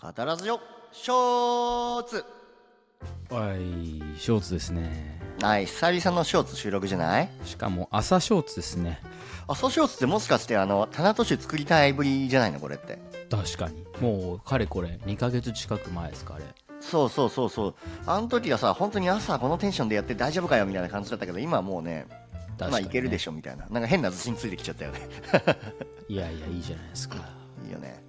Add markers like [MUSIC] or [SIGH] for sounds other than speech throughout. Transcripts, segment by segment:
語らずよショーツはい、ショーツですね。はい久々のショーツ収録じゃないしかも朝ショーツですね。朝ショーツってもしかしてあの棚トシ作りたいぶりじゃないのこれって確かに。もう、かれこれ、2ヶ月近く前ですか、あれ。そうそうそうそうあの時はさ本当に朝このテンションでやって大丈夫かよみたいな感じだったけど今はもうね確かに、まあいけるでししょみたいななんか変な自信ついてきちゃったよね [LAUGHS] ょ。いやいや、いいじゃないですか。いいよね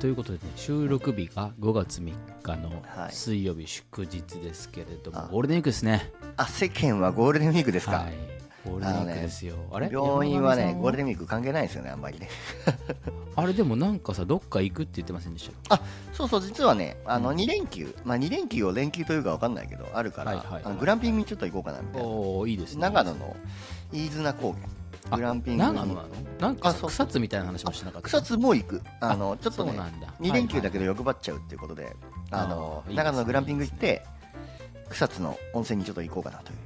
ということでね、収録日が5月3日のはい水曜日祝日ですけれども、あゴールデンウィークですね。あ世間はゴールデンウィークですか、はい。ゴールデンウィークですよ。あ,、れ病院はね山上さんゴールデンウィーク関係ないですよねあんまりねあれでもなんかさ、どっか行くって言ってませんでしたっけあそうそう実はねあの2連休、まあ、2連休を連休というか分かんないけどあるから、はいはいはいあのグランピングにちょっと行こうかなみたいなおおいいですね。長野の飯綱高原あグランピングに長野なのなんかあそう草津みたいな話もしてなかった草津も行くあのちょっとねそうなんだ2連休だけけど欲張っちゃうっていうことで、あのあーいいですね長野のグランピング行って草津の温泉にちょっと行こうかなという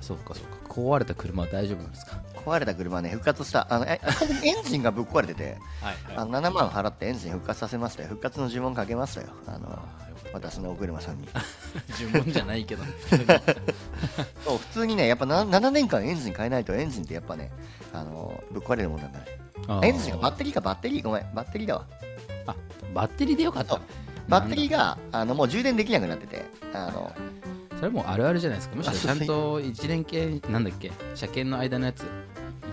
そうかそうか壊れた車は大丈夫なんですか壊れた車ね復活したあのえ [LAUGHS] エンジンがぶっ壊れててはいあの7万払ってエンジン復活させましたよ復活の呪文かけましたよあのあよかっ私のお車 [LAUGHS] さんにた呪文じゃないけどそう普通にねやっぱな 7, 年間エンジン変えないとエンジンってやっぱねあのぶっ壊れるもんなんだねエンジンがバッテリーかバッテリーごめんバッテリーだわあバッテリーでよかったそうバッテリーがあのもう充電できなくなっててあのそれもうあるあるじゃないですかむしろあちそうゃんと一連系なんだっけ車検の間のやつ行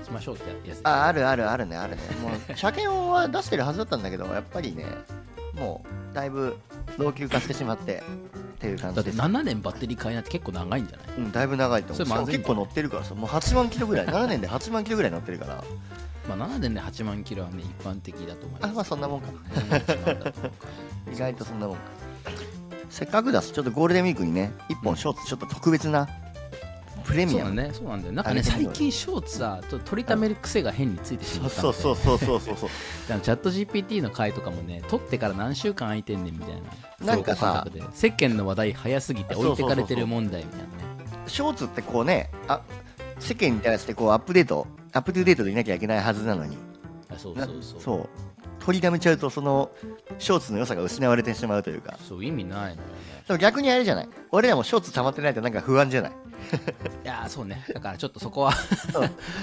きましょうってやつああるあるあるねあるねもう車検は出してるはずだったんだけど [LAUGHS] やっぱりねもうだいぶ老朽化してしまってっていう感だじってです7年バッテリー買えないって結構長いんじゃないうん、だいぶ長いと思うそれまずいしかも結構乗ってるからさもう8万キロぐらい7年で8万キロぐらい乗ってるからまあ7年で8万キロはね一般的だと思いますあまあそんなもんかうん一番だと思うから意外とそんなもんかせっかくだしちょっとゴールデンウィークにね1本ショーツちょっと特別なプレそうミアだムねそうなんだよなんかあねれ最近ショーツはちょっと取りためる癖が変についてしまったそうそううそうそうそうそうチャット GPT の回とかもね取ってから何週間空いてんねんみたいななんかさそういう感覚で世間の話題早すぎて置いてかれてる問題みたいなねショーツってこうねあ世間に対してこうアップデートアップトゥデートでいなきゃいけないはずなのにあそうなそうそうそう取りだめちゃうとそのショーツの良さが失われてしまうというかそう意味ないのよねでも逆にあれじゃない俺らもショーツ溜まってないとなんか不安じゃないいやーそ [LAUGHS] うねだからちょっとそこは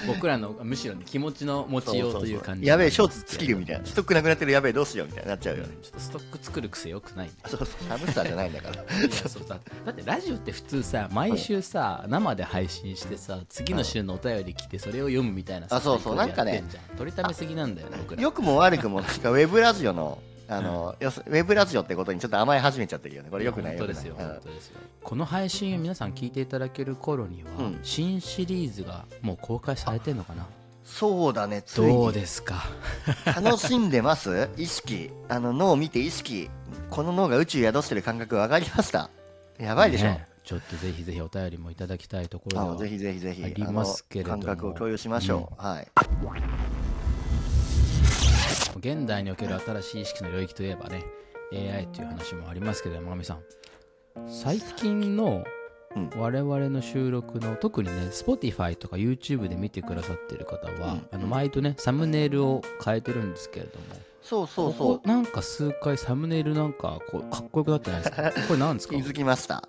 僕らのむしろね気持ちの持ちようという感じやべえショーツ尽きるみたいなちスょトックなくなってるやべえどうしようみたいになっちゃう [LAUGHS] よねっとストック作る癖よく [LAUGHS] ないねそうそうハムスターじゃないんだからいやそうだだってラジオって普通さ毎週さ生で配信してさ次の週のお便り来てそれを読むみたいなさあそうそうサイクルやなんかねってじゃん取りためすぎなんだよね僕ら良くも悪くもなんかウェブラジオのあの、よそウェブラジオってことにちょっと甘え始めちゃってるよねこれよくない本く当でなすいようん本当ですよこの配信を皆さん聞いていただける頃には、うん新シリーズがもう公開されてるのかなそうだねついどうにですか楽しんでます意識あの脳を見て意識この脳が宇宙宿してる感覚分かりましたやばいでしょ、ねちょっとぜひぜひお便りもいただきたいところであはぜひぜひぜひありますけれどもあの感覚を共有しましょう、はい現代における新しい意識の領域といえばね AI という話もありますけど山上さん最近のうん我々の収録の特にね Spotify とか YouTube で見てくださってる方は、うんあの毎度ねサムネイルを変えてるんですけれどもそうそうそうここなんか数回サムネイルなんかこうかっこよくなってないです [LAUGHS] かこれなんですか気づきました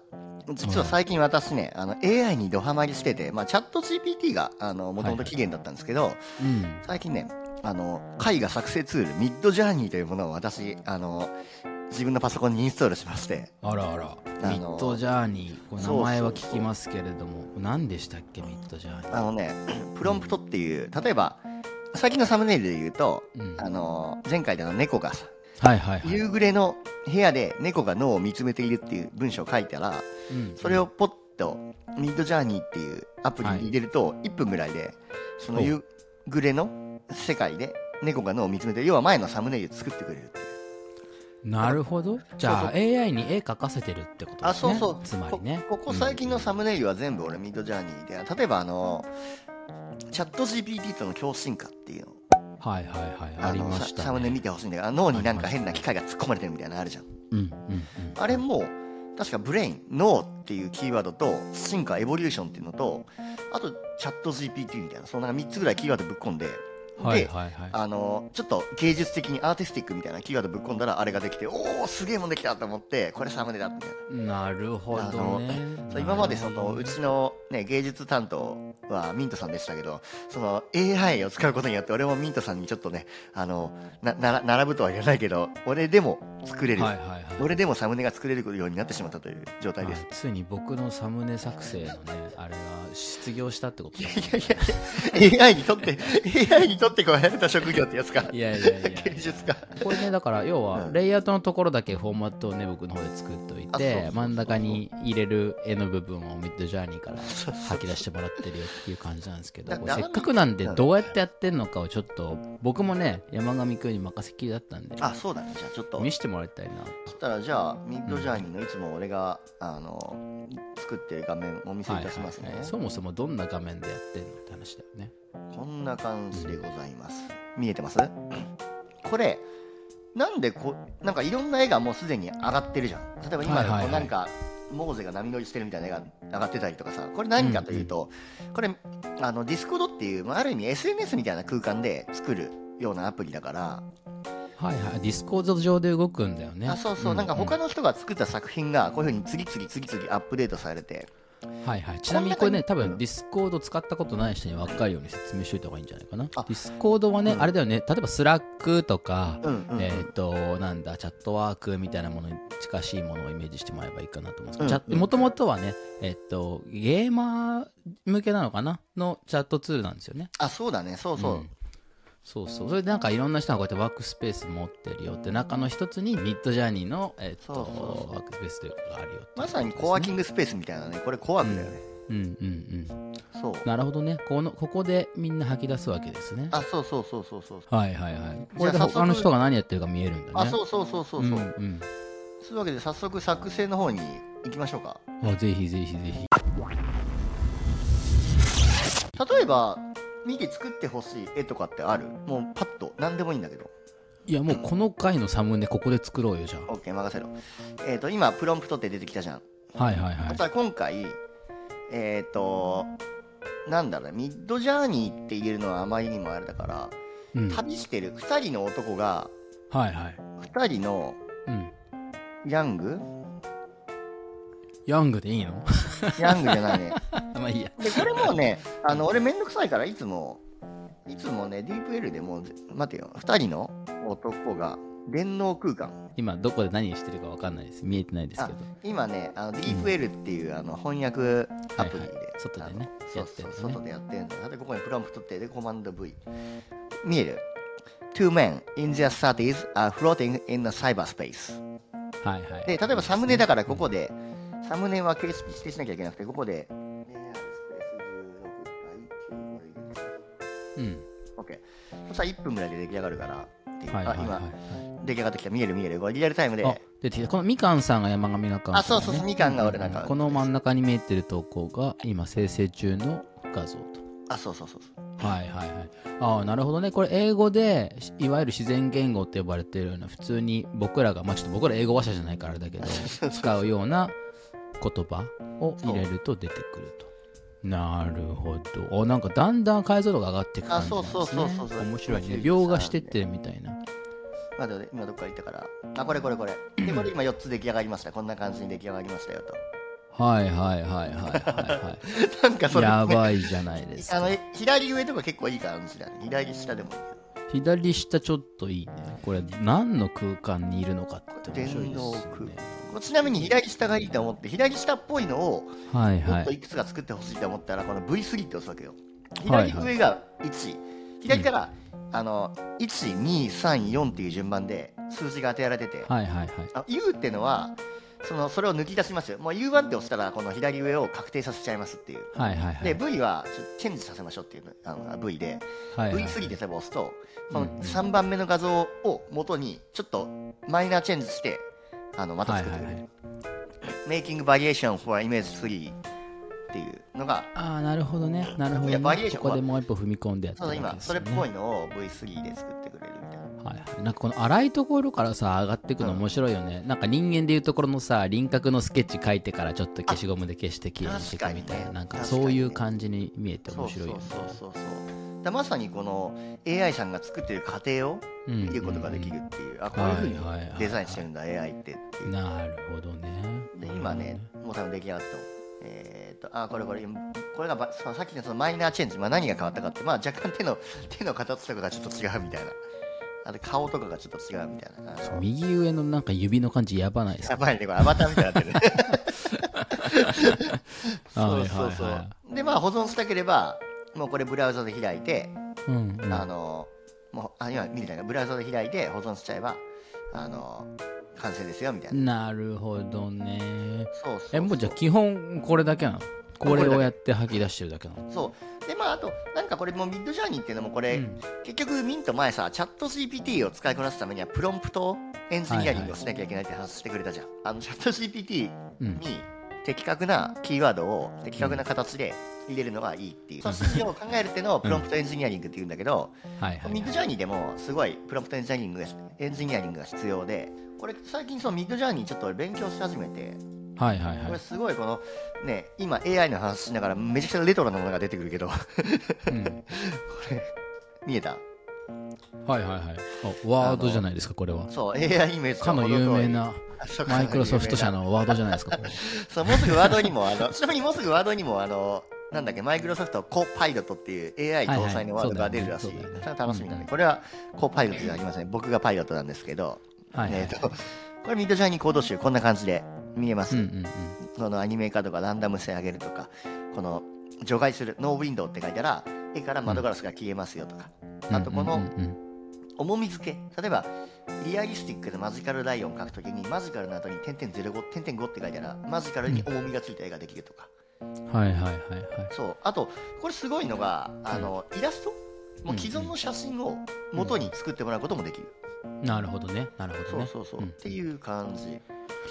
実は最近私ね、あの AI にドハマりしてて、まあ、チャット GPT がもともと起源だったんですけど、うん最近ねあの絵画作成ツールミッドジャーニーというものを私あの自分のパソコンにインストールしましてあらあらあのミッドジャーニーこれ名そうそう前は聞きますけれども何でしたっけミッドジャーニあのねプロンプトっていう例えば最近のサムネイルで言うとー、うん、あはいの前回であの猫がさはいはい、夕暮れの部屋で猫が脳を見つめているっていう文章を書いたらうんそれをポッとミッドジャーニーっていうアプリに入れると1分ぐらいでその夕暮れの世界で猫が脳を見つめてる要は前のサムネイル作ってくれるっていうなるほどじゃあそう AI に絵描かせてるってことですねあそうそうつまりねこここ最近のサムネイルは全部俺ミッドジャーニーで例えばあのチャット GPT との共振化っていうのうんはいはいはいあありのまさした、ね、サムネ見てほしいんだけどあ脳になんかあり変ましたな機械が突っ込まれてるみたいなのあるじゃんうんうんうんあれも確かブレイン脳っていうキーワードと進化エボリューションっていうのとあとチャット GPT みたいなそのなんか3つぐらいキーワードぶっ込んではいはいはいあのちょっと芸術的にアーティスティックみたいなキーワードぶっ込んだらあれができておおすげえもんできたと思ってこれサムネだみたいななるほどねそう今までそなるほのどねうちの、ね、芸術担当はミントさんでしたけどその AI を使うことによって俺もミントさんにちょっとねあのななら並ぶとは言わないけど俺でも作れる、はいはいはい俺でもサムネが作れるようになってしまったという状態ですはい。ついに僕のサムネ作成のねあれが失業したってこといだやいやいや AI にとって AI にとってこうやれた職業ってやつかいやいやいや芸術家これねだから要はうんレイアウトのところだけフォーマットをね僕の方で作っあそうそうといそうてそう真ん中に入れる絵の部分をミッドジャーニーからそうそう吐き出してもらってるよっていう感じなんですけどだこれせっかくなんでどうやってやってんのかをちょっと僕もね山上くんに任せっきりだったんであそうだねじゃあちょっと見せてもらいたいなそしたらじゃあミッドジャーニーのいつも俺が、あの作ってる画面お見せいたしますね、はいはいはいそもそもどんな画面でやってんのって話だよねこんな感じでございます見えてますこれなんでこなんかいろんな絵がもうすでに上がってるじゃん例えば今はでいはいもはいなんか、モーゼが波乗りしてるみたいな絵が上がってたりとかさこれ何かというと、これあのディスコードっていう、まあ、ある意味 SNS みたいな空間で作るようなアプリだから、はいはいディスコード上で動くんだよねあそうそう、なんか他のの人が作った作品がこういうふうに次々次々アップデートされてはいはいちなみにこれね多こんな感じ分ディスコード使ったことない人に分かるように説明しといた方がいいんじゃないかなデあィスコードはねうんあれだよね例えばスラックとかうんうんうんえっとなんだチャットワークみたいなものに近しいものをイメージしてもらえばいいかなと思いうんますもともとはねえっとゲーマー向けなのかなのチャットツールなんですよねあそうだねそうそう、んそうそうそれでなんかいろんな人がこうやってワークスペース持ってるよって中の一つにミッドジャーニーの、えっそとうそうそうワークスペースというかがあるよっていうことまさにですねコワーキングスペースみたいなねこれコワークだよね、うんうんうんそうなるほどねこのここでみんな吐き出すわけですねあそうそうそうそうそうはいはいはいこれでじゃあ早速他の人が何やってるか見えるんだねあそうそうそうそうそう、んうんそういうわけで早速作成の方に行きましょうかあぜひぜひぜひ例えば見て作ってほしい絵とかってあるもうパッと何でもいいんだけどいやもうこの回のサムネここで作ろうよじゃ OK 任せろえっ、と今プロンプトって出てきたじゃん、あはいはいはあいとは今回えっ、となんだろうねミッドジャーニーって言えるのはあまりにもあれだから、うんはい旅してる2人の男がはい2人のうんヤングヤングでいいの [LAUGHS] ヤングじゃないねまあいいやでこれもうねあの俺めんどくさいからいつもいつもねディープ L でもう待てよ2人の男が電脳空間今どこで何してるか分かんないです見えてないですけど今ねあのディープ L っていう、あの翻訳アプリで、はいはい外でねあのそやうってそるうのね外でやってるんだよでここにプロンプトってでコマンド V 見える Two men in their 30s are floating in the cyberspace はいはいで例えばサムネだからここで、サムネは形式指定しなきゃいけなくてここでうん OK。そしたら1分ぐらいで出来上がるからっていう、はいはいはいあは今、出来上がってきた、見える見える、これリアルタイムで、いあ出てきたこのみかんさんが山上中あそうそうそうみかんが俺中この真ん中に見えてる投稿が今生成中の画像とあ、そうそうそうそう。はいはいはい。ああ、なるほどね。これ英語で、しいわゆる自然言語って呼ばれてるような、普通に僕らが、まあちょっと僕ら英語話者じゃないからあれだけ [LAUGHS] ど、使うような言葉を入れると出てくると。なるほど。おなんかだんだん解像度が上がっていく感じなんですね。あそうそうそうそう面白いね。描画してってるみたいな。まだ今どっから行ったから、あ、これこれこれ。で、これ今4つ出来上がりました。こんな感じに出来上がりましたよと。はいはいはいはいは [LAUGHS] なんかい、はそい。れ、やばいじゃないですあか。の左上とか結構いい感じだね。左下でもいい左下ちょっといいね。これ何の空間にいるのかって面白い電で脳す空よね。間。ちなみに左下がいいと思って、左下っぽいのをはいもはっとい。いくつか作ってほしいと思ったら、この V3 って押すわけよ。はい左上が1、左から、あの1、2、3、4っていう順番で数字が当てられてて、はいはいはい。あ U ってのはそのそれを抜き出しますよもう U1 って押したらこの左上を確定させちゃいますっていうはいはいはい。で V はちょっとチェンジさせましょうっていうのあのが V で、はいはい V3 で多分押すとそうんの3番目の画像を元にちょっとマイナーチェンジしてあのまたはい作っはていくはれいる、Making Variation for Image 3っていうのがああなるほどねなるほど、いね、やバリエーションここでもう一歩踏み込んでやってそうそう今わけですそよれねっぽいのを V3 で作ってくれるみたいなはいはい、なんかこの荒いところからさ上がっていくの面白いよね、なんか人間でいうところのさ輪郭のスケッチ書いてからちょっと消しゴムで消してきれいにしていくみた確かいなにねなんか確かにそねういう感じに見えて面白いよねそうそうそうそうらまさにこの AI さんが作ってる過程をうん見ることができるっていう、あこういうふうにはいはいはいデザインしてるんだ AI ってっていうなるほどねで今ねもう多分出来上がったと。えーっとあこれこれこれがばささっきのそのマイナーチェンジ、まあ、何が変わったかって、まあ、若干手の [LAUGHS] 手の形とかがちょっと違うみたいなあと顔とかがちょっと違うみたいなあの右上のなんか指の感じやばないですやかばいね、これアバターみたいになってるね。 [LAUGHS] はそそいううはいはそう。で、まあ保存したければ、もうこれブラウザで開いて、うんうんあの、もう、あ、今見てたいな、ブラウザで開いて保存しちゃえば、あの、完成ですよ、みたいな。なるほどねそうそうそう。えもうじゃあ基本これだけなのこれをやって吐き出してるだけなのそう。で、まああと、なんかこれもうミッドジャーニーっていうのもこれ、うん結局ミント前さ、チャット GPT を使いこなすためには、プロンプトをエンジニアリングをしなきゃいけないって話してくれたじゃん。あの、チャット GPT うんに的確なキーワードを的確な形で入れるのがいいっていう、その指示を考えるっていうのをプロンプトエンジニアリングっていうんだけど、はいはいミッドジャーニーでもすごいプロンプトエンジニアリングがエンジニアリングが必要でこれ最近そのミッドジャーニーちょっと俺勉強し始めてはいはいこはれいすごいこのね今 AI の話しながらめちゃくちゃレトロなものが出てくるけどこうんれ見えたはいはいはいあワードじゃないですかこれはそう AI イメージかの有名なそうマイクロソフト社かののワードじゃないですかこれ有名な [LAUGHS] そうもうすぐワードにもあのち [LAUGHS] なみにもうすぐワードにもあのなんだっけマイクロソフトコパイロットっていう AI 搭載のワードが出るらしい、はいはいそうだよねそうだよねそれ楽しみだね、うんこれはコパイロットじゃありません、僕がパイロットなんですけどはいはいえーとこれミッドジャーニー行動集こんな感じで見えまうす、んうんこのアニメ化とかランダム性上げるとかこの除外するノーウィンドウって書いたら絵から窓ガラスが消えますよとか、うんあとこのうんうんうん重み付け例えばリアリスティックでマジカルライオン書くときにマジカルの後に点点05点点5って書いたらマジカルに重みがついた絵ができるとか、うんはいはいはいはいそうあとこれすごいのがあのイラストもう既存の写真を元に作ってもらうこともできる、なるほどねなるほどねそうそうそう、うんっていう感じ消え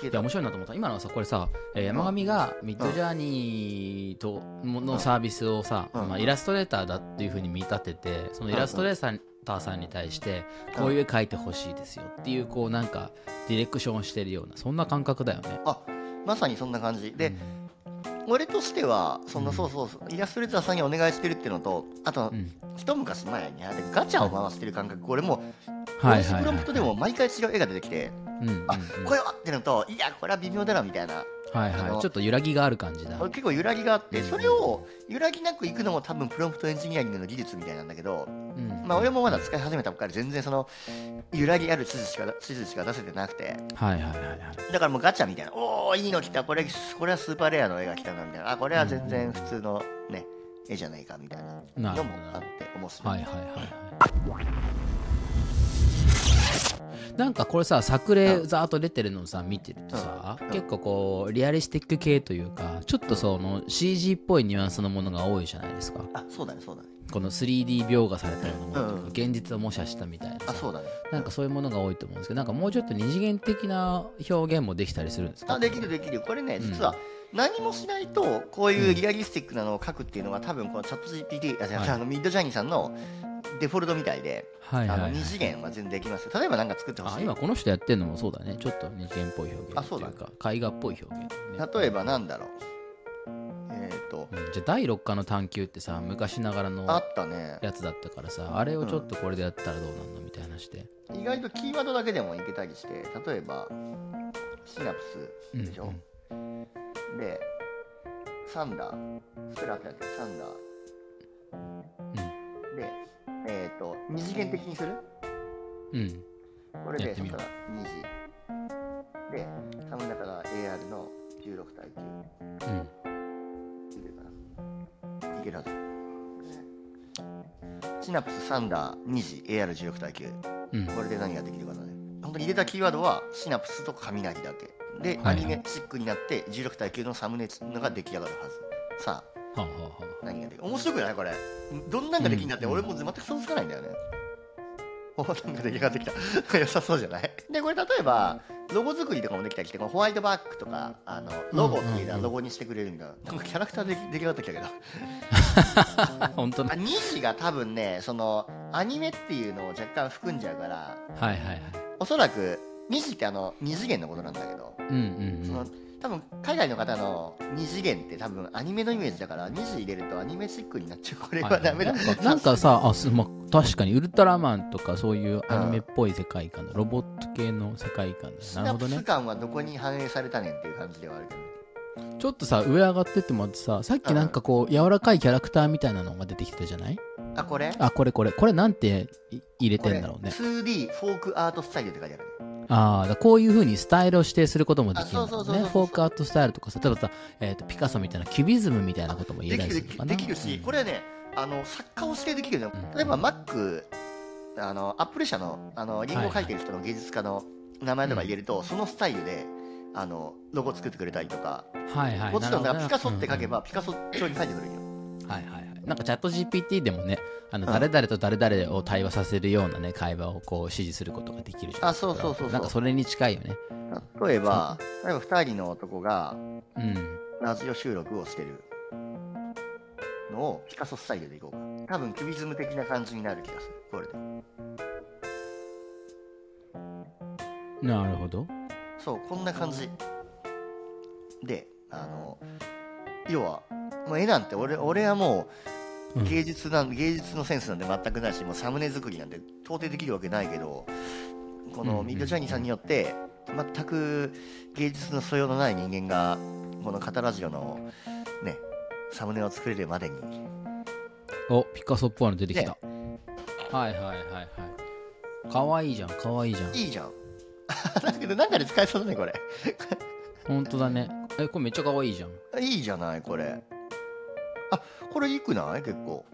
いやた面白いなと思った今のはさこれさ、えー山上がミッドジャーニーとものサービスをさ、うんまあ、イラストレーターだっていうふうに見立ててそのイラストレーターさんに対してこういう絵描いてほしいですよっていうこうなんかディレクションをしてるようなそんな感覚だよね。あまさにそんな感じで、俺としてはそのうんそうそうそうイラストレーターさんにお願いしてるってのとあと、うん、うん一昔前にあれガチャを回してる感覚これもうはい同じはいプロはいンプトでも毎回違う絵が出てきて、うんうんうんあこれはってのといやこれは微妙だなみたいなはいあはのいちょっと揺らぎがある感じだ。結構揺らぎがあってうんそれを揺らぎなくいくのも多分プロンプトエンジニアリングの技術みたいなんだけど、うんまあ、俺もまだ使い始めたばっかり全然その揺らぎある地図しか地図しか出せてなくてはいはいはいはい。だからもうガチャみたいな、おお、いいの来た、これ、これはスーパーレアの絵が来たなみたいな、あ、これは全然普通のね、絵じゃないかみたいななるのほもあどって面白い。はいはいはいはいなんかこれさ作例ざーっと出てるのをさ見てるとさ、うんうん結構こうリアリスティック系というかちょっとその CG っぽいニュアンスのものが多いじゃないですかあ、そうだね、そうだね。この 3D 描画されたようなものといううんかうん現実を模写したみたいなあ、さそうだね。なんかそういうものが多いと思うんですけどなんかもうちょっと二次元的な表現もできたりするんですかあ、できる、できる。これね、ん実は、何もしないと、こういうリアリスティックなのを書くっていうのが、多分このチャット GPT、あ、違うはいあのミッドジャーニーさんのデフォルトみたいで、はいあはい、はのい二、次元は全然できますよ。例えばなんか作ってほあしい。今この人やってるのもそうだねちょっと二次元っぽい表あ現そとういだうか絵画っぽい表現、ね、例えばなんだろう。えっと、うんじゃあ第六感の探求ってさ昔ながらのあったね。やつだったからさあれをちょっとこれでやったらどうなんのみたいな話で、意外とキーワードだけでもいけたりして例えばシナプうんスでしょ、でサンダースプラってやつサンダー、でえっ、と二次元的にするうんこれやでってそみしよたうら2時で多分だから AR の16対うん9いけるかないけるはずシナプスサンダー2時 AR16 対9うんこれで何ができるかだね本当に入れたキーワードはシナプスと雷だけで、はアいはいニメチックになって16対9のサムネのが出来上がるはずさあはあはあはあ何ができる面白くないこれどんなんができるんだって、うん俺もう全く想像つかないんだよねおなんか出来上がってきた [LAUGHS] これ良さそうじゃないでこれ例えばロゴ作りとかもできたりしてこのホワイトバッグとかあのロゴっていうのうんうんうはんロゴにしてくれるみたいな,、なんかキャラクターで出来上がってきたけどあ [LAUGHS] 本当あだ西が多分ねそのアニメっていうのを若干含んじゃうからはいはいはいおそらく2次ってあの二次元のことなんだけど、うんうんその多分海外の方の二次元って多分アニメのイメージだから二次入れるとアニメチックになっちゃうこれはダメだ、はいなんかなんかさあす、ま、確かにウルトラマンとかそういうアニメっぽい世界観だロボット系の世界観だシなるナほプどスね感はどこに反映されたねんっていう感じではあるけどちょっとさ上上がってってもらってささっきなんかこう柔らかいキャラクターみたいなのが出てきたじゃないあこれあこれこれこれなんてい入れこてれんだろうね 2D フォークアートスタイルって書いてあるねああだからこういうふうにスタイルを指定することもできるんだろうねあそうそうそうそうフォークアートスタイルとかさ例えばさ、えーとピカソみたいなキュビズムみたいなことも言えでたきるりするのでかなきるし、これはね、あの作家を指定できるよねうん例えば Mac、あの Apple 社のあのリンゴを書いてる人の芸術家の名前とか入れると、そのスタイルであのロゴ作ってくれたりとか、はいはいもちろんだからピカソって書けば、うピカソ調に書いてくれるよ。んうんはいはいはいなんかチャット GPT でもねあのうん誰々と誰々を対話させるようなね会話をこう指示することができるじゃないあそうそうそうそうなんかそれに近いよね例えば、例えば2人の男がうんラジオ収録をしてるのをピカソスタイルでいこうか。多分キュビズム的な感じになる気がする、これで。なるほどそう、こんな感じ。で、あの、要は、もう絵なんて俺俺はもううん芸術なん、芸術のセンスなんて全くないし、もうサムネ作りなんて到底できるわけないけど、こうんうのんミッドジャーニーさんによって、全く芸術の素養のない人間が、このカタラジオのね、サムネを作れるまでに、おピカソっぽいの出てきた、はいはいはいはいかわいいじゃんかわいいじゃんいいじゃん。だけど、なんかで使えそうだね、これ。ほんとだねえこれめっちゃかわいいじゃんいいじゃない、これ。あ、これいくない結構。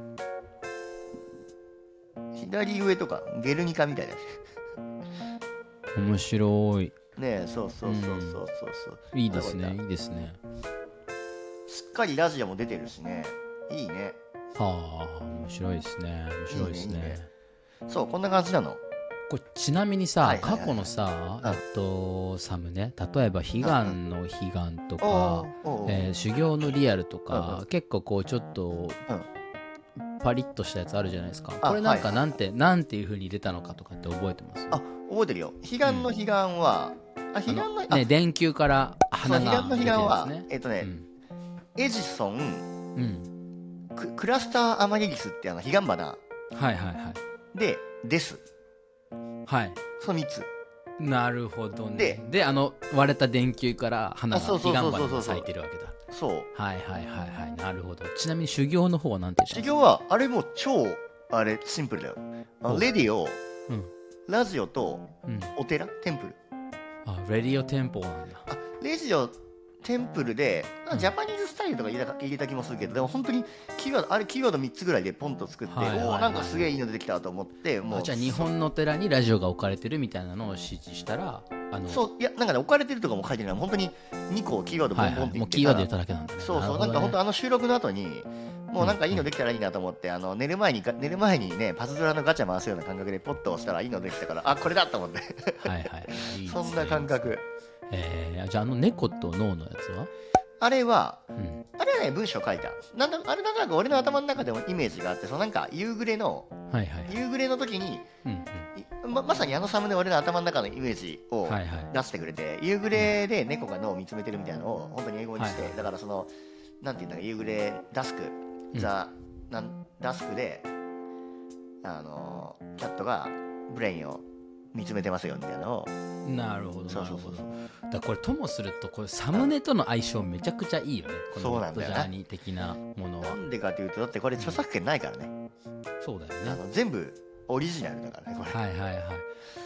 左上とか、ゲルニカみたいだし。面白いねえ、そうそうそうそうそうそう。いいですねなんかいいですねしっかりラジオも出てるしね。いいね。はあ面白いですね面白いですねいいねいいねそう、こんな感じなの。これちなみにさ、はいはいはい過去のさ、うんえっとサムね例えば「悲願の悲願」とか、おうおうえー修行のリアル」とか、うんう結構こうちょっと、パリッとしたやつあるじゃないですかあこれなんかはいはなんて、なんていうふうに出たのかとかって覚えてますあ、覚えてるよ。彼岸の彼岸は、あ、彼岸あの、のあ、ね電球からそう、花彼が岸の彼出て岸るやはつ、ねえっとね、エジソン、うん、うんククラスターアマリリスってあの、彼岸花はいはいはいで、です。はいその3つ。なるほどねでであの割れた電球から花あがそ彼うそ岸うそうそう花が咲いてるわけだそう。はいはいはいはいなるほどちなみに修行の方はなんて言った修の行はあれもう超あれシンプルだよあおのレディオうんラジオとうんお寺テンプルあ、レディオテンポなんだ。あレジオテンプルでうんジャパニーズスタイルとか入れた入れた気もするけどでも本当にキーワードあれキーワード3つぐらいでポンと作って、はいはいはいおおなんかすげえいいの出てきたと思ってもあうじゃあ日本のお寺にラジオが置かれてるみたいなのを指示したら、あの、そういやなんかね置かれてるとかも書いてない本当に2個キーワードボはンいボはンっい、て言もうってキーワードた言らっただけなんだね。そうそう、るなんかほ本当どねあの収録の後に、もうなんかいいのできたらいいなと思って、あの寝る前にが寝る前にねパズドラのガチャ回すような感覚でポッと押したらいいのできたから、あこれだと思って、はいはい。いいですそねんな感。覚。えー、じゃああの猫と脳のやつは、あれは、うん、あれはね文章書いた。なんだあれなんとなく俺の頭の中でもイメージがあって、そのなんか夕暮れのはいはいはい。夕暮れの時に、うんうんいままさにあのサムネ俺の頭の中のイメージを。はいはい。出してくれて夕暮れで猫が脳を見つめてるみたいなのを本当に英語にして、はいはいだからそのなんていうんだろう夕暮れダスク、うんザなんダスクであのキャットがブレインを見つめてますよみたいなのをなるほどそうなるそうほそうど。そうだからこれともするとこれサムネとの相性めちゃくちゃいいよね。このそうなんだよジねャーニー的なものはな。んでかというとだってこれ著作権ないからね、そうだよあね。の全部オリジナルだからねこれ、はいはいはい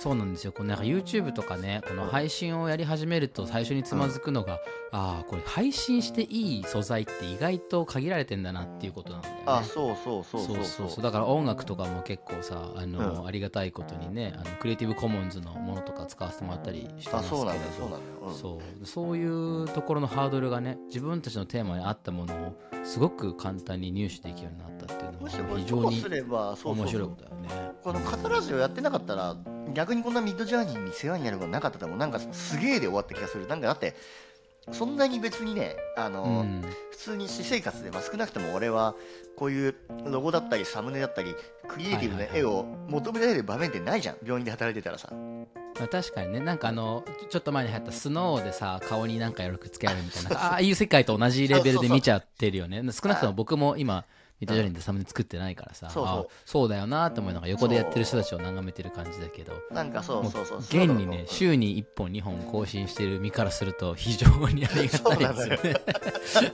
そうなんですよこうなんか YouTube とかねこのうん配信をやり始めると最初につまずくのが、ああこれ配信していい素材って意外と限られてんだなっていうことなんだよねあそうそうそうそうそうだから音楽とかも結構さあの、うありがたいことにねあのクリエイティブコモンズのものとか使わせてもらったりしてまあすそけれうどなんだよそうなんだよ、うんそうそういうところのハードルがね自分たちのテーマに合ったものをすごく簡単に入手できるようになったっていうむしろのこはれ非ど常うにすればそうそ面うそ白いうことだよね。このカタラジオやってなかったら逆にこんなミッドジャーニーに世話になることなかったと思うなんかすげえで終わった気がするなんかだってそんなに別にねあの、うん普通に私生活で、まあ、少なくとも俺はこういうロゴだったりサムネだったりクリエイティブなはいはいはい絵を求められる場面ってないじゃん病院で働いてたらさまあ確かにねなんかあのちょちょっと前に流行ったスノーでさ顔になんかよくつけられるみたい [LAUGHS] なああいう世界と同じレベルで見ちゃってるよね少なくとも僕も今ミタジャリンでサムネ作ってないからさそうそうあそうだよなと思いながら横でやってる人たちを眺めてる感じだけどなんかそうもそうそう現にね週に1本2本更新してる身からすると非常にありがたいですよね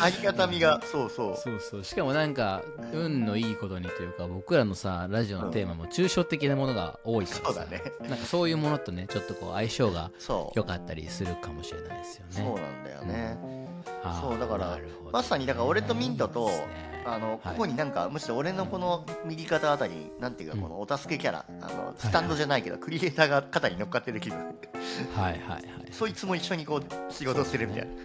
ありがたみがそうそうそうそうしかもなんか運のいいことにというか僕らのさラジオのテーマも抽象的なものが多いかそらさ、うだねなんかそういうものとねちょっとこう相性がそう良かったりするかもしれないですよねそうなんだよね、あーそうだからなるほどねまさにだから俺とミントといいですねあのここはいになんかむしろ俺のこの右肩あたりになんていうかうんこのお助けキャラあのスタンドじゃないけどクリエイターが肩に乗っかってる気分はいはいはいそいつも一緒にこう仕事してるみたいなうん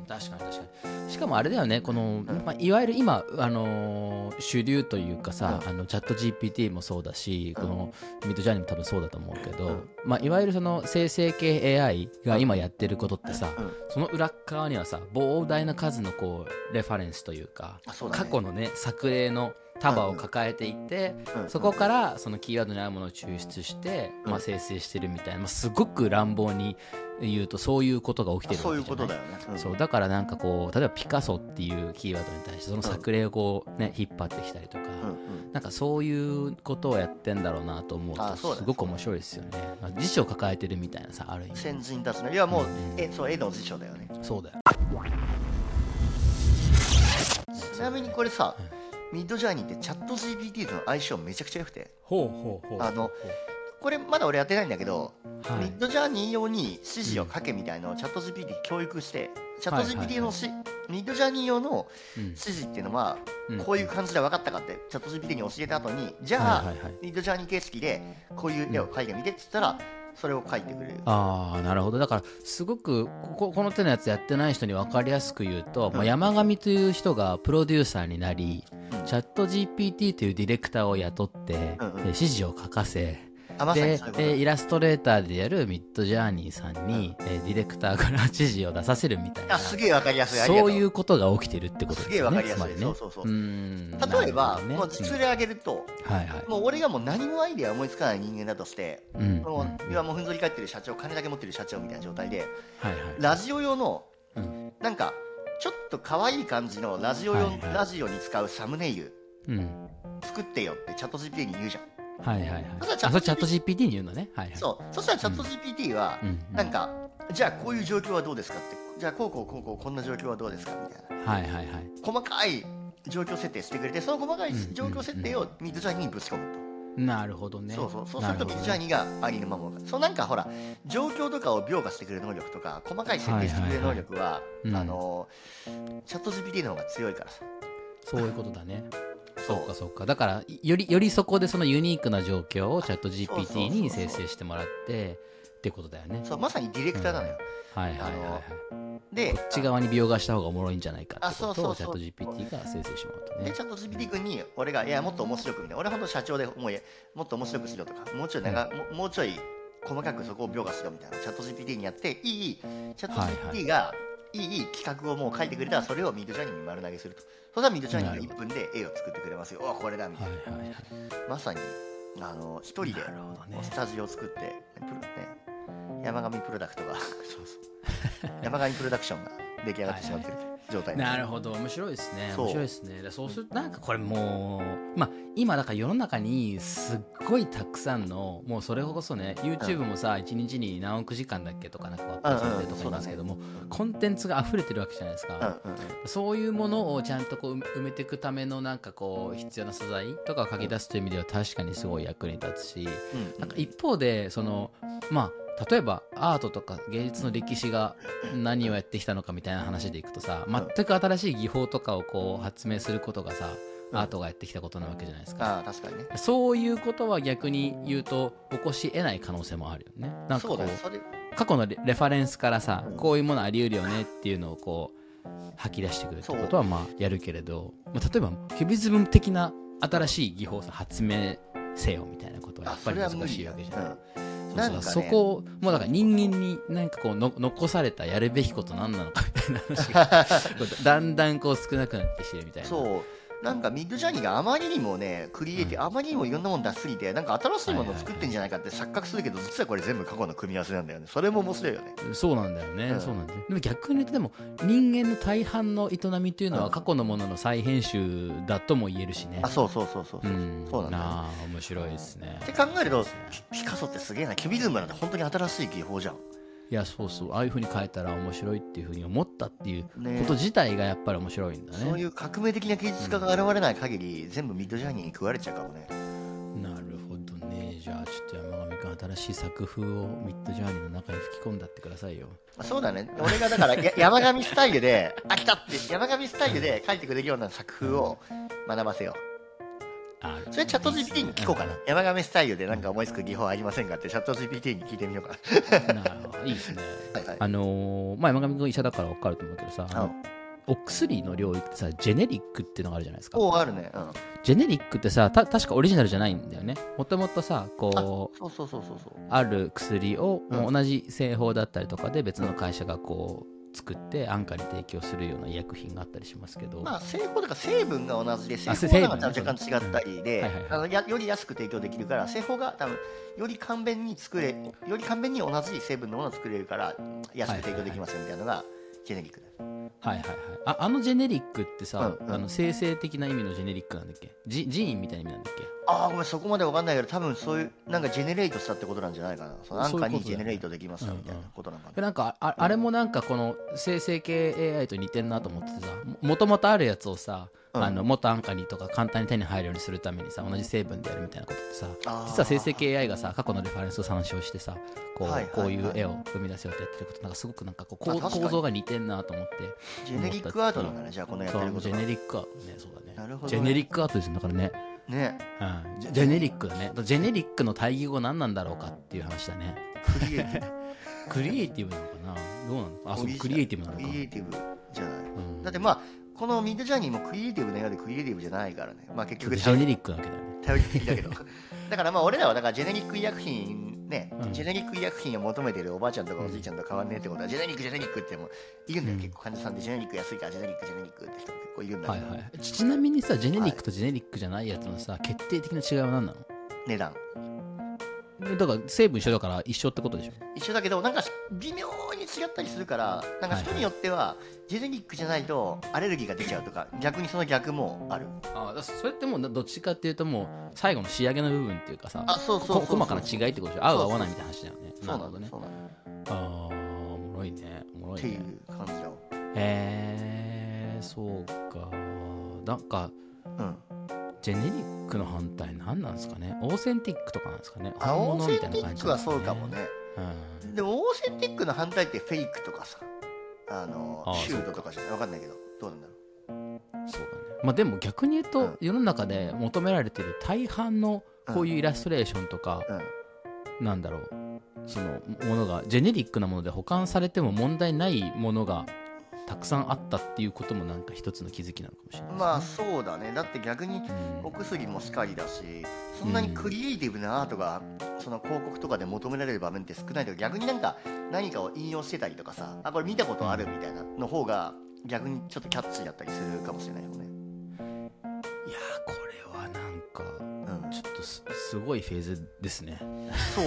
うん確かに確かにしかもあれだよねこの、まあ、いわゆる今、あのー主流というかさ、うんあのチャット GPT もそうだし、うんこのミッドジャーニーも多分そうだと思うけど、うんまあ、いわゆるその生成系 AI が今やってることってさ、うんその裏っ側にはさ膨大な数のこうレファレンスというかあそうだね過去のね作例の束を抱えていて、うんそこからそのキーワードに合うものを抽出して、うんまあ、生成してるみたいな、まあ、すごく乱暴に言うとそういうことが起きてるそういうわけじこゃなといだよね、うんそうだからなんかこう例えばピカソっていうキーワードに対してその作例をこう、ね、引っ張ってきたりとか、うんうんなんかそういうことをやってんだろうなと思うあとそうだねすごく面白いですよね。まあ辞書を抱えてるみたいなさある意味先人たちのいやもうえそう絵の辞書だよねそうだよ。ちなみにこれさ、ミッドジャーニーってチャット GPT との相性めちゃくちゃ良くてほうほうほうあのこれまだ俺やってないんだけど、はいミッドジャーニー用に指示を書けみたいのをチャット GPT 教育してチャットはいはい GPT のし、ミッドジャーニー用のうん指示っていうのは、うんこういう感じで分かったかってチャット GPT に教えた後にじゃあ、はいはいはいミッドジャーニー形式でこういう絵を描いてみてっつったらそれを描いてくれる。ああなるほどだからすごくここの手のやつやってない人に分かりやすく言うと、まあ、山上という人がプロデューサーになり、チャット GPT というディレクターを雇って、うんうんで指示を書かせあまさにでそういうことでイラストレーターでやるミッドジャーニーさんに、えーディレクターから [LAUGHS] 指示を出させるみたいなあすげえ分かりやすいありがとそういうことが起きてるってことですすげえよわかねりやつすいまりねそうそうそううん例えば、なるほどねもう実例挙げると、うんはいはいもう俺がもう何もアイデア思いつかない人間だとして、うんもうんう今もうふんぞり返ってる社長金だけ持ってる社長みたいな状態ではいはいラジオ用の、うんなんかちょっと可愛い感じのラジオ用、はいはいラジオに使うサムネイルうん作ってよってチャット GPT に言うじゃん、はいはいはいただチャットあそれチャット GPT に言うのねはいはいそうそしたらチャット GPT は、うんうんなんかじゃあこういう状況はどうですかってじゃあこうこうこうこうこんな状況はどうですかみたいなはいはいはい細かい状況設定してくれてその細かい状況設定をミッドジャーニーにぶち込むと。なるほどね。そうそうそうすなるとるほミどッドねジャーニーがありのまま分かるそうなんかほら状況とかを描画してくれる能力とか細かい設定してくれる能力ははいはいはいあのチャット GPT の方が強いからさそういうことだね。そそうかそうか。だから、より、よりそこでそのユニークな状況をチャットそうそうそう GPT に生成してもらって、ってことだよね。そうまさにディレクターなのよ、はいはいはいはい。でこっち側に描画した方がおもろいんじゃないかってこあそとうをそチうャッそうト GPT が生成してもらうとでねチ。ャット GPT 君に俺がいやもっと面白くみたいな俺ほんと社長でもうえもっと面白くしろとかもうちょい長、ももうちょい細かくそこを描画しろみたいなチャット GPT にやっていいいいチャットはいはい GPT が、いいいい企画をもう書いてくれたらそれをミッドジャーニーに丸投げするとそしたらミッドジャーニーが1分で絵を作ってくれますよおこれだみたいなはいはいはい。まさにあの一人でなるほどねスタジオを作って、プロね、山上プロダクトがそうそう山上プロダクションが出来上がってしまってる状態なるほど面白いですねそう面白いですねでそうするとなんかこれもうまあ今だから世の中にすっごいたくさんのもうそれこそね YouTube もさ、一1日に何億時間だっけとかなんかアップされてるとか言いますけども、コンテンツが溢れてるわけじゃないですか、うんうんそういうものをちゃんとこう埋めていくためのなんかこう必要な素材とかを書き出すという意味では確かにすごい役に立つし、うんうんなんか一方でそのまあ例えばアートとか芸術の歴史が何をやってきたのかみたいな話でいくとさん全く新しい技法とかをこう発明することがさうんアートがやってきたことなわけじゃないですか。ああ確かにねそういうことは逆に言うと起こし得ない可能性もあるよね。なんかそこうだねうそれ過去のレレファレンスからさうんこういうものあり得るよねっていうのをこう吐き出してくるってことはまあやるけれど、まあ、例えばキュビズム的な新しい技法さ発明せよみたいなことはやあっそぱりれは無難し理いだわけじゃない。うんそなうんそか、うね、そこをもうだから人間になんかこうの残されたやる [LAUGHS] べきこと何なのかみたいな話がこうだんだんこう少なくなってきてるみたいなそうなんかミッドジャーニーがあまりにもね、クリエイティブ、あまりにもいろんなもの出しすぎて、なんか新しいものを作ってんじゃないかって錯覚するけど、実はこれ全部過去の組み合わせなんだよね。それも面白いよね。そうなんだよね、うんそうなんだよでも逆に言ってでも人間の大半の営みというのうはん過去のものの再編集だとも言えるしねあ、そうそうそうそううそう。んそうなんだよあー面白いですねって考えると、ピピカソってすげえな、キュビズムなんて本当に新しい技法じゃん。いやそうそうああいうふうに変えたら面白いっていうふうに思ったっていうねこと自体がやっぱり面白いんだそういねう革命的な芸術家が現れない限り、全部ミッドジャーニーに食われちゃうかもね。なるほどねじゃあちょっと山上君新しい作風をミッドジャーニーの中に吹き込んだってくださいよあそうだね。俺がだから、や山上スタイルで、飽きたって、山上スタイルで書いてくれるような作風を学ばせよう。あそれチャット GPT に聞こうかな。山上スタイルでなんか思いつく技法ありませんかってチャット GPT に聞いてみようかな。な [LAUGHS] るほどいいですねはいはいあのーまあ、山上君医者だから分かると思うけどさ、あのお薬の領域ってさジェネリックっていうのがあるじゃないですかおお、あるね。うん。ジェネリックってさた確かオリジナルじゃないんだよねもともとさこうそうそうそうそうそう。ある薬をうんもう同じ製法だったりとかで別の会社がこう作って安価に提供するような医薬品があったりしますけど、まあ、製法とか成分が同じで、製あ法成分が若干違ったりうんではいはいはい、あのやより安く提供できるから、製法が多分より簡便に作れ、より簡便に同じ成分のものを作れるから、安く提供できますよみたいなのがジェネリックだ。はいはいはいああのジェネリックってさ、うんうんあの生成的な意味のジェネリックなんだっけジジーンみたいな意味なんだっけああ、ごめん、そこまでわかんないけど、多分そういう、なんかジェネレートしたってことなんじゃないかな。その安価にジェネレートできますよみたいなことなんかでな。なんかああれもなんかこの生成系 AI と似てんなと思っててさももともとあるやつをさ、うんあのもっと安価にとか簡単に手に入るようにするためにさ同じ成分でやるみたいなことってさあー実は生成系 AI がさ過去のレファレンスを参照してさこはう,、いはいはいこういう絵を生み出せようってやってることなんかすごくなんかこうこうあ確かに構造が似てんなと思ってジェネリックアートなんだね、じゃあ、このやってそるうことジェがネ。リックアートねそうだねなるほどねジェネリックアートですよだからね、ね。うん、ジェジェネリックだねジェネリックの対義語何なんだろうかっていう話だねクリエイティブ。クリエイティブなのかなどうなの [LAUGHS] あそうクリエイティブなのかクリエイティブじゃない。うんだってまあ、このミッドジャーニーもクリエイティブなようでクリエイティブじゃないからね。まあ結局ジェネリックなわけだよね。頼り的だ [LAUGHS] けど。だからまあ俺らはだからジェネリック医薬品ね、うんジェネリック医薬品を求めてるおばあちゃんとかおじいちゃんと変わんねえってことは、ジェネリックジェネリックってもう言うんだよ、うん結構患者さんでジェネリック安いからジェネリックジェネリックって人も結構いるんだはけいど、はい。ちちなみにさ、ジェネリックとジェネリックじゃないやつのさ、決定的な違いは何なの値段。えだから成分一緒だから一緒ってことでしょ一緒だけどなんか微妙に違ったりするからなんか人によってはジェネリックじゃないとアレルギーが出ちゃうと [LAUGHS] か逆にその逆もあるああ、それってもうどっちかっていうともう最後の仕上げの部分っていうかさ、あそうそうそうそうこ細かな違いってことでしょ合う合わないみたいな話だよね。そうなるほんだどねね。そうなんだああ、おもろいね。おもろっいていねう。感じだわへえ、そうか。なんか、うんジェネリックの反対何なんですかねオーセンティックとかなんですかねあ本オ物ーみセたいンなティ感ッじクはなんですかそうかもね。うんでもオーセンティックの反対ってフェイクとかさあのあシュートとかじゃないわかんないけどどうなんだろうそうだねまあでも逆に言うと、うん世の中で求められてる大半のこういうイラストレーションとか、うんなんだろうそのものがジェネリックなもので保管されても問題ないものがたくさんあったっていうこともなんか一つの気づきなのかもしれないですね、まあそうだねだって逆にうんお薬もしかりだしそんなにクリエイティブなアートがその広告とかで求められる場面って少ないけど逆になんか何かを引用してたりとかさあこれ見たことあるみたいなの方が逆にちょっとキャッチーだったりするかもしれないよね。いやーこれはなんかうん、ちょっとすすごいフェーズですねそう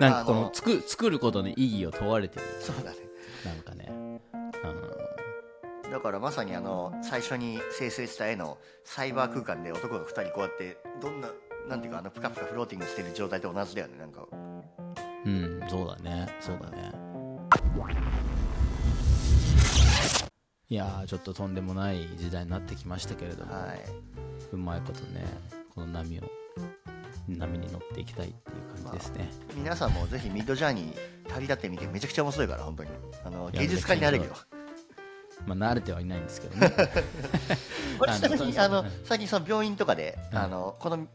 なんかこのあの作作ることの意義を問われてる [LAUGHS] そうだねなんかねうんだからまさにあの最初に生成した絵のサイバー空間で男が2人こうやってどんななんていうかあのプカプカフローティングしてる状態と同じだよねなんかうん、そうだね、そうだね。いやー、ちょっととんでもない時代になってきましたけれども、はいうまいことね、この波を、波に乗っていきたいっていう感じですね。皆さんもぜひミッドジャーニー旅立ってみてめちゃくちゃ面白いから本当にあのいや芸術家になるけどまあ、慣れてはいないんですけど [LAUGHS] ね。これちなみにああのの最近その病院とかで、うんあのこの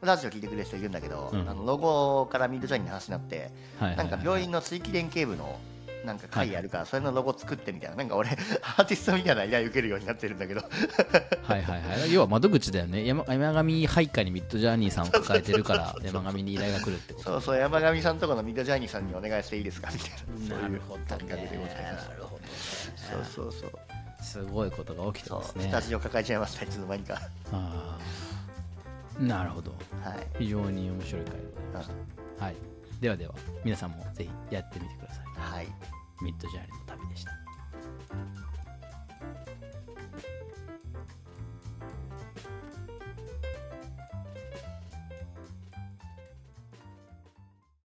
ラジオ聞いてくれる人いるんだけど、うんあのロゴからミッドジャーニーの話になって、はいなんか病院の地域連携部のなんか会やるから、それのロゴ作ってみたいな、なんか俺、 [LAUGHS] アーティストみたいな依頼受けるようになってるんだけど、はいはいはい。要は窓口だよね。山山上配下にミッドジャーニーさんを抱えてるから、山上に依頼が来るってこと。そうそう、山上さんとこのミッドジャーニーさんにお願いしていいですかみたいな、そういう感覚でございます。なるほどね。そうそうそう。すごいことが起きてそうますスねタジオ抱えちゃいましたいつの間にかあーなるほどはい非常に面白い回でございました、はい、ではでは皆さんもぜひやってみてくださいはいミッドジャーニーの旅でした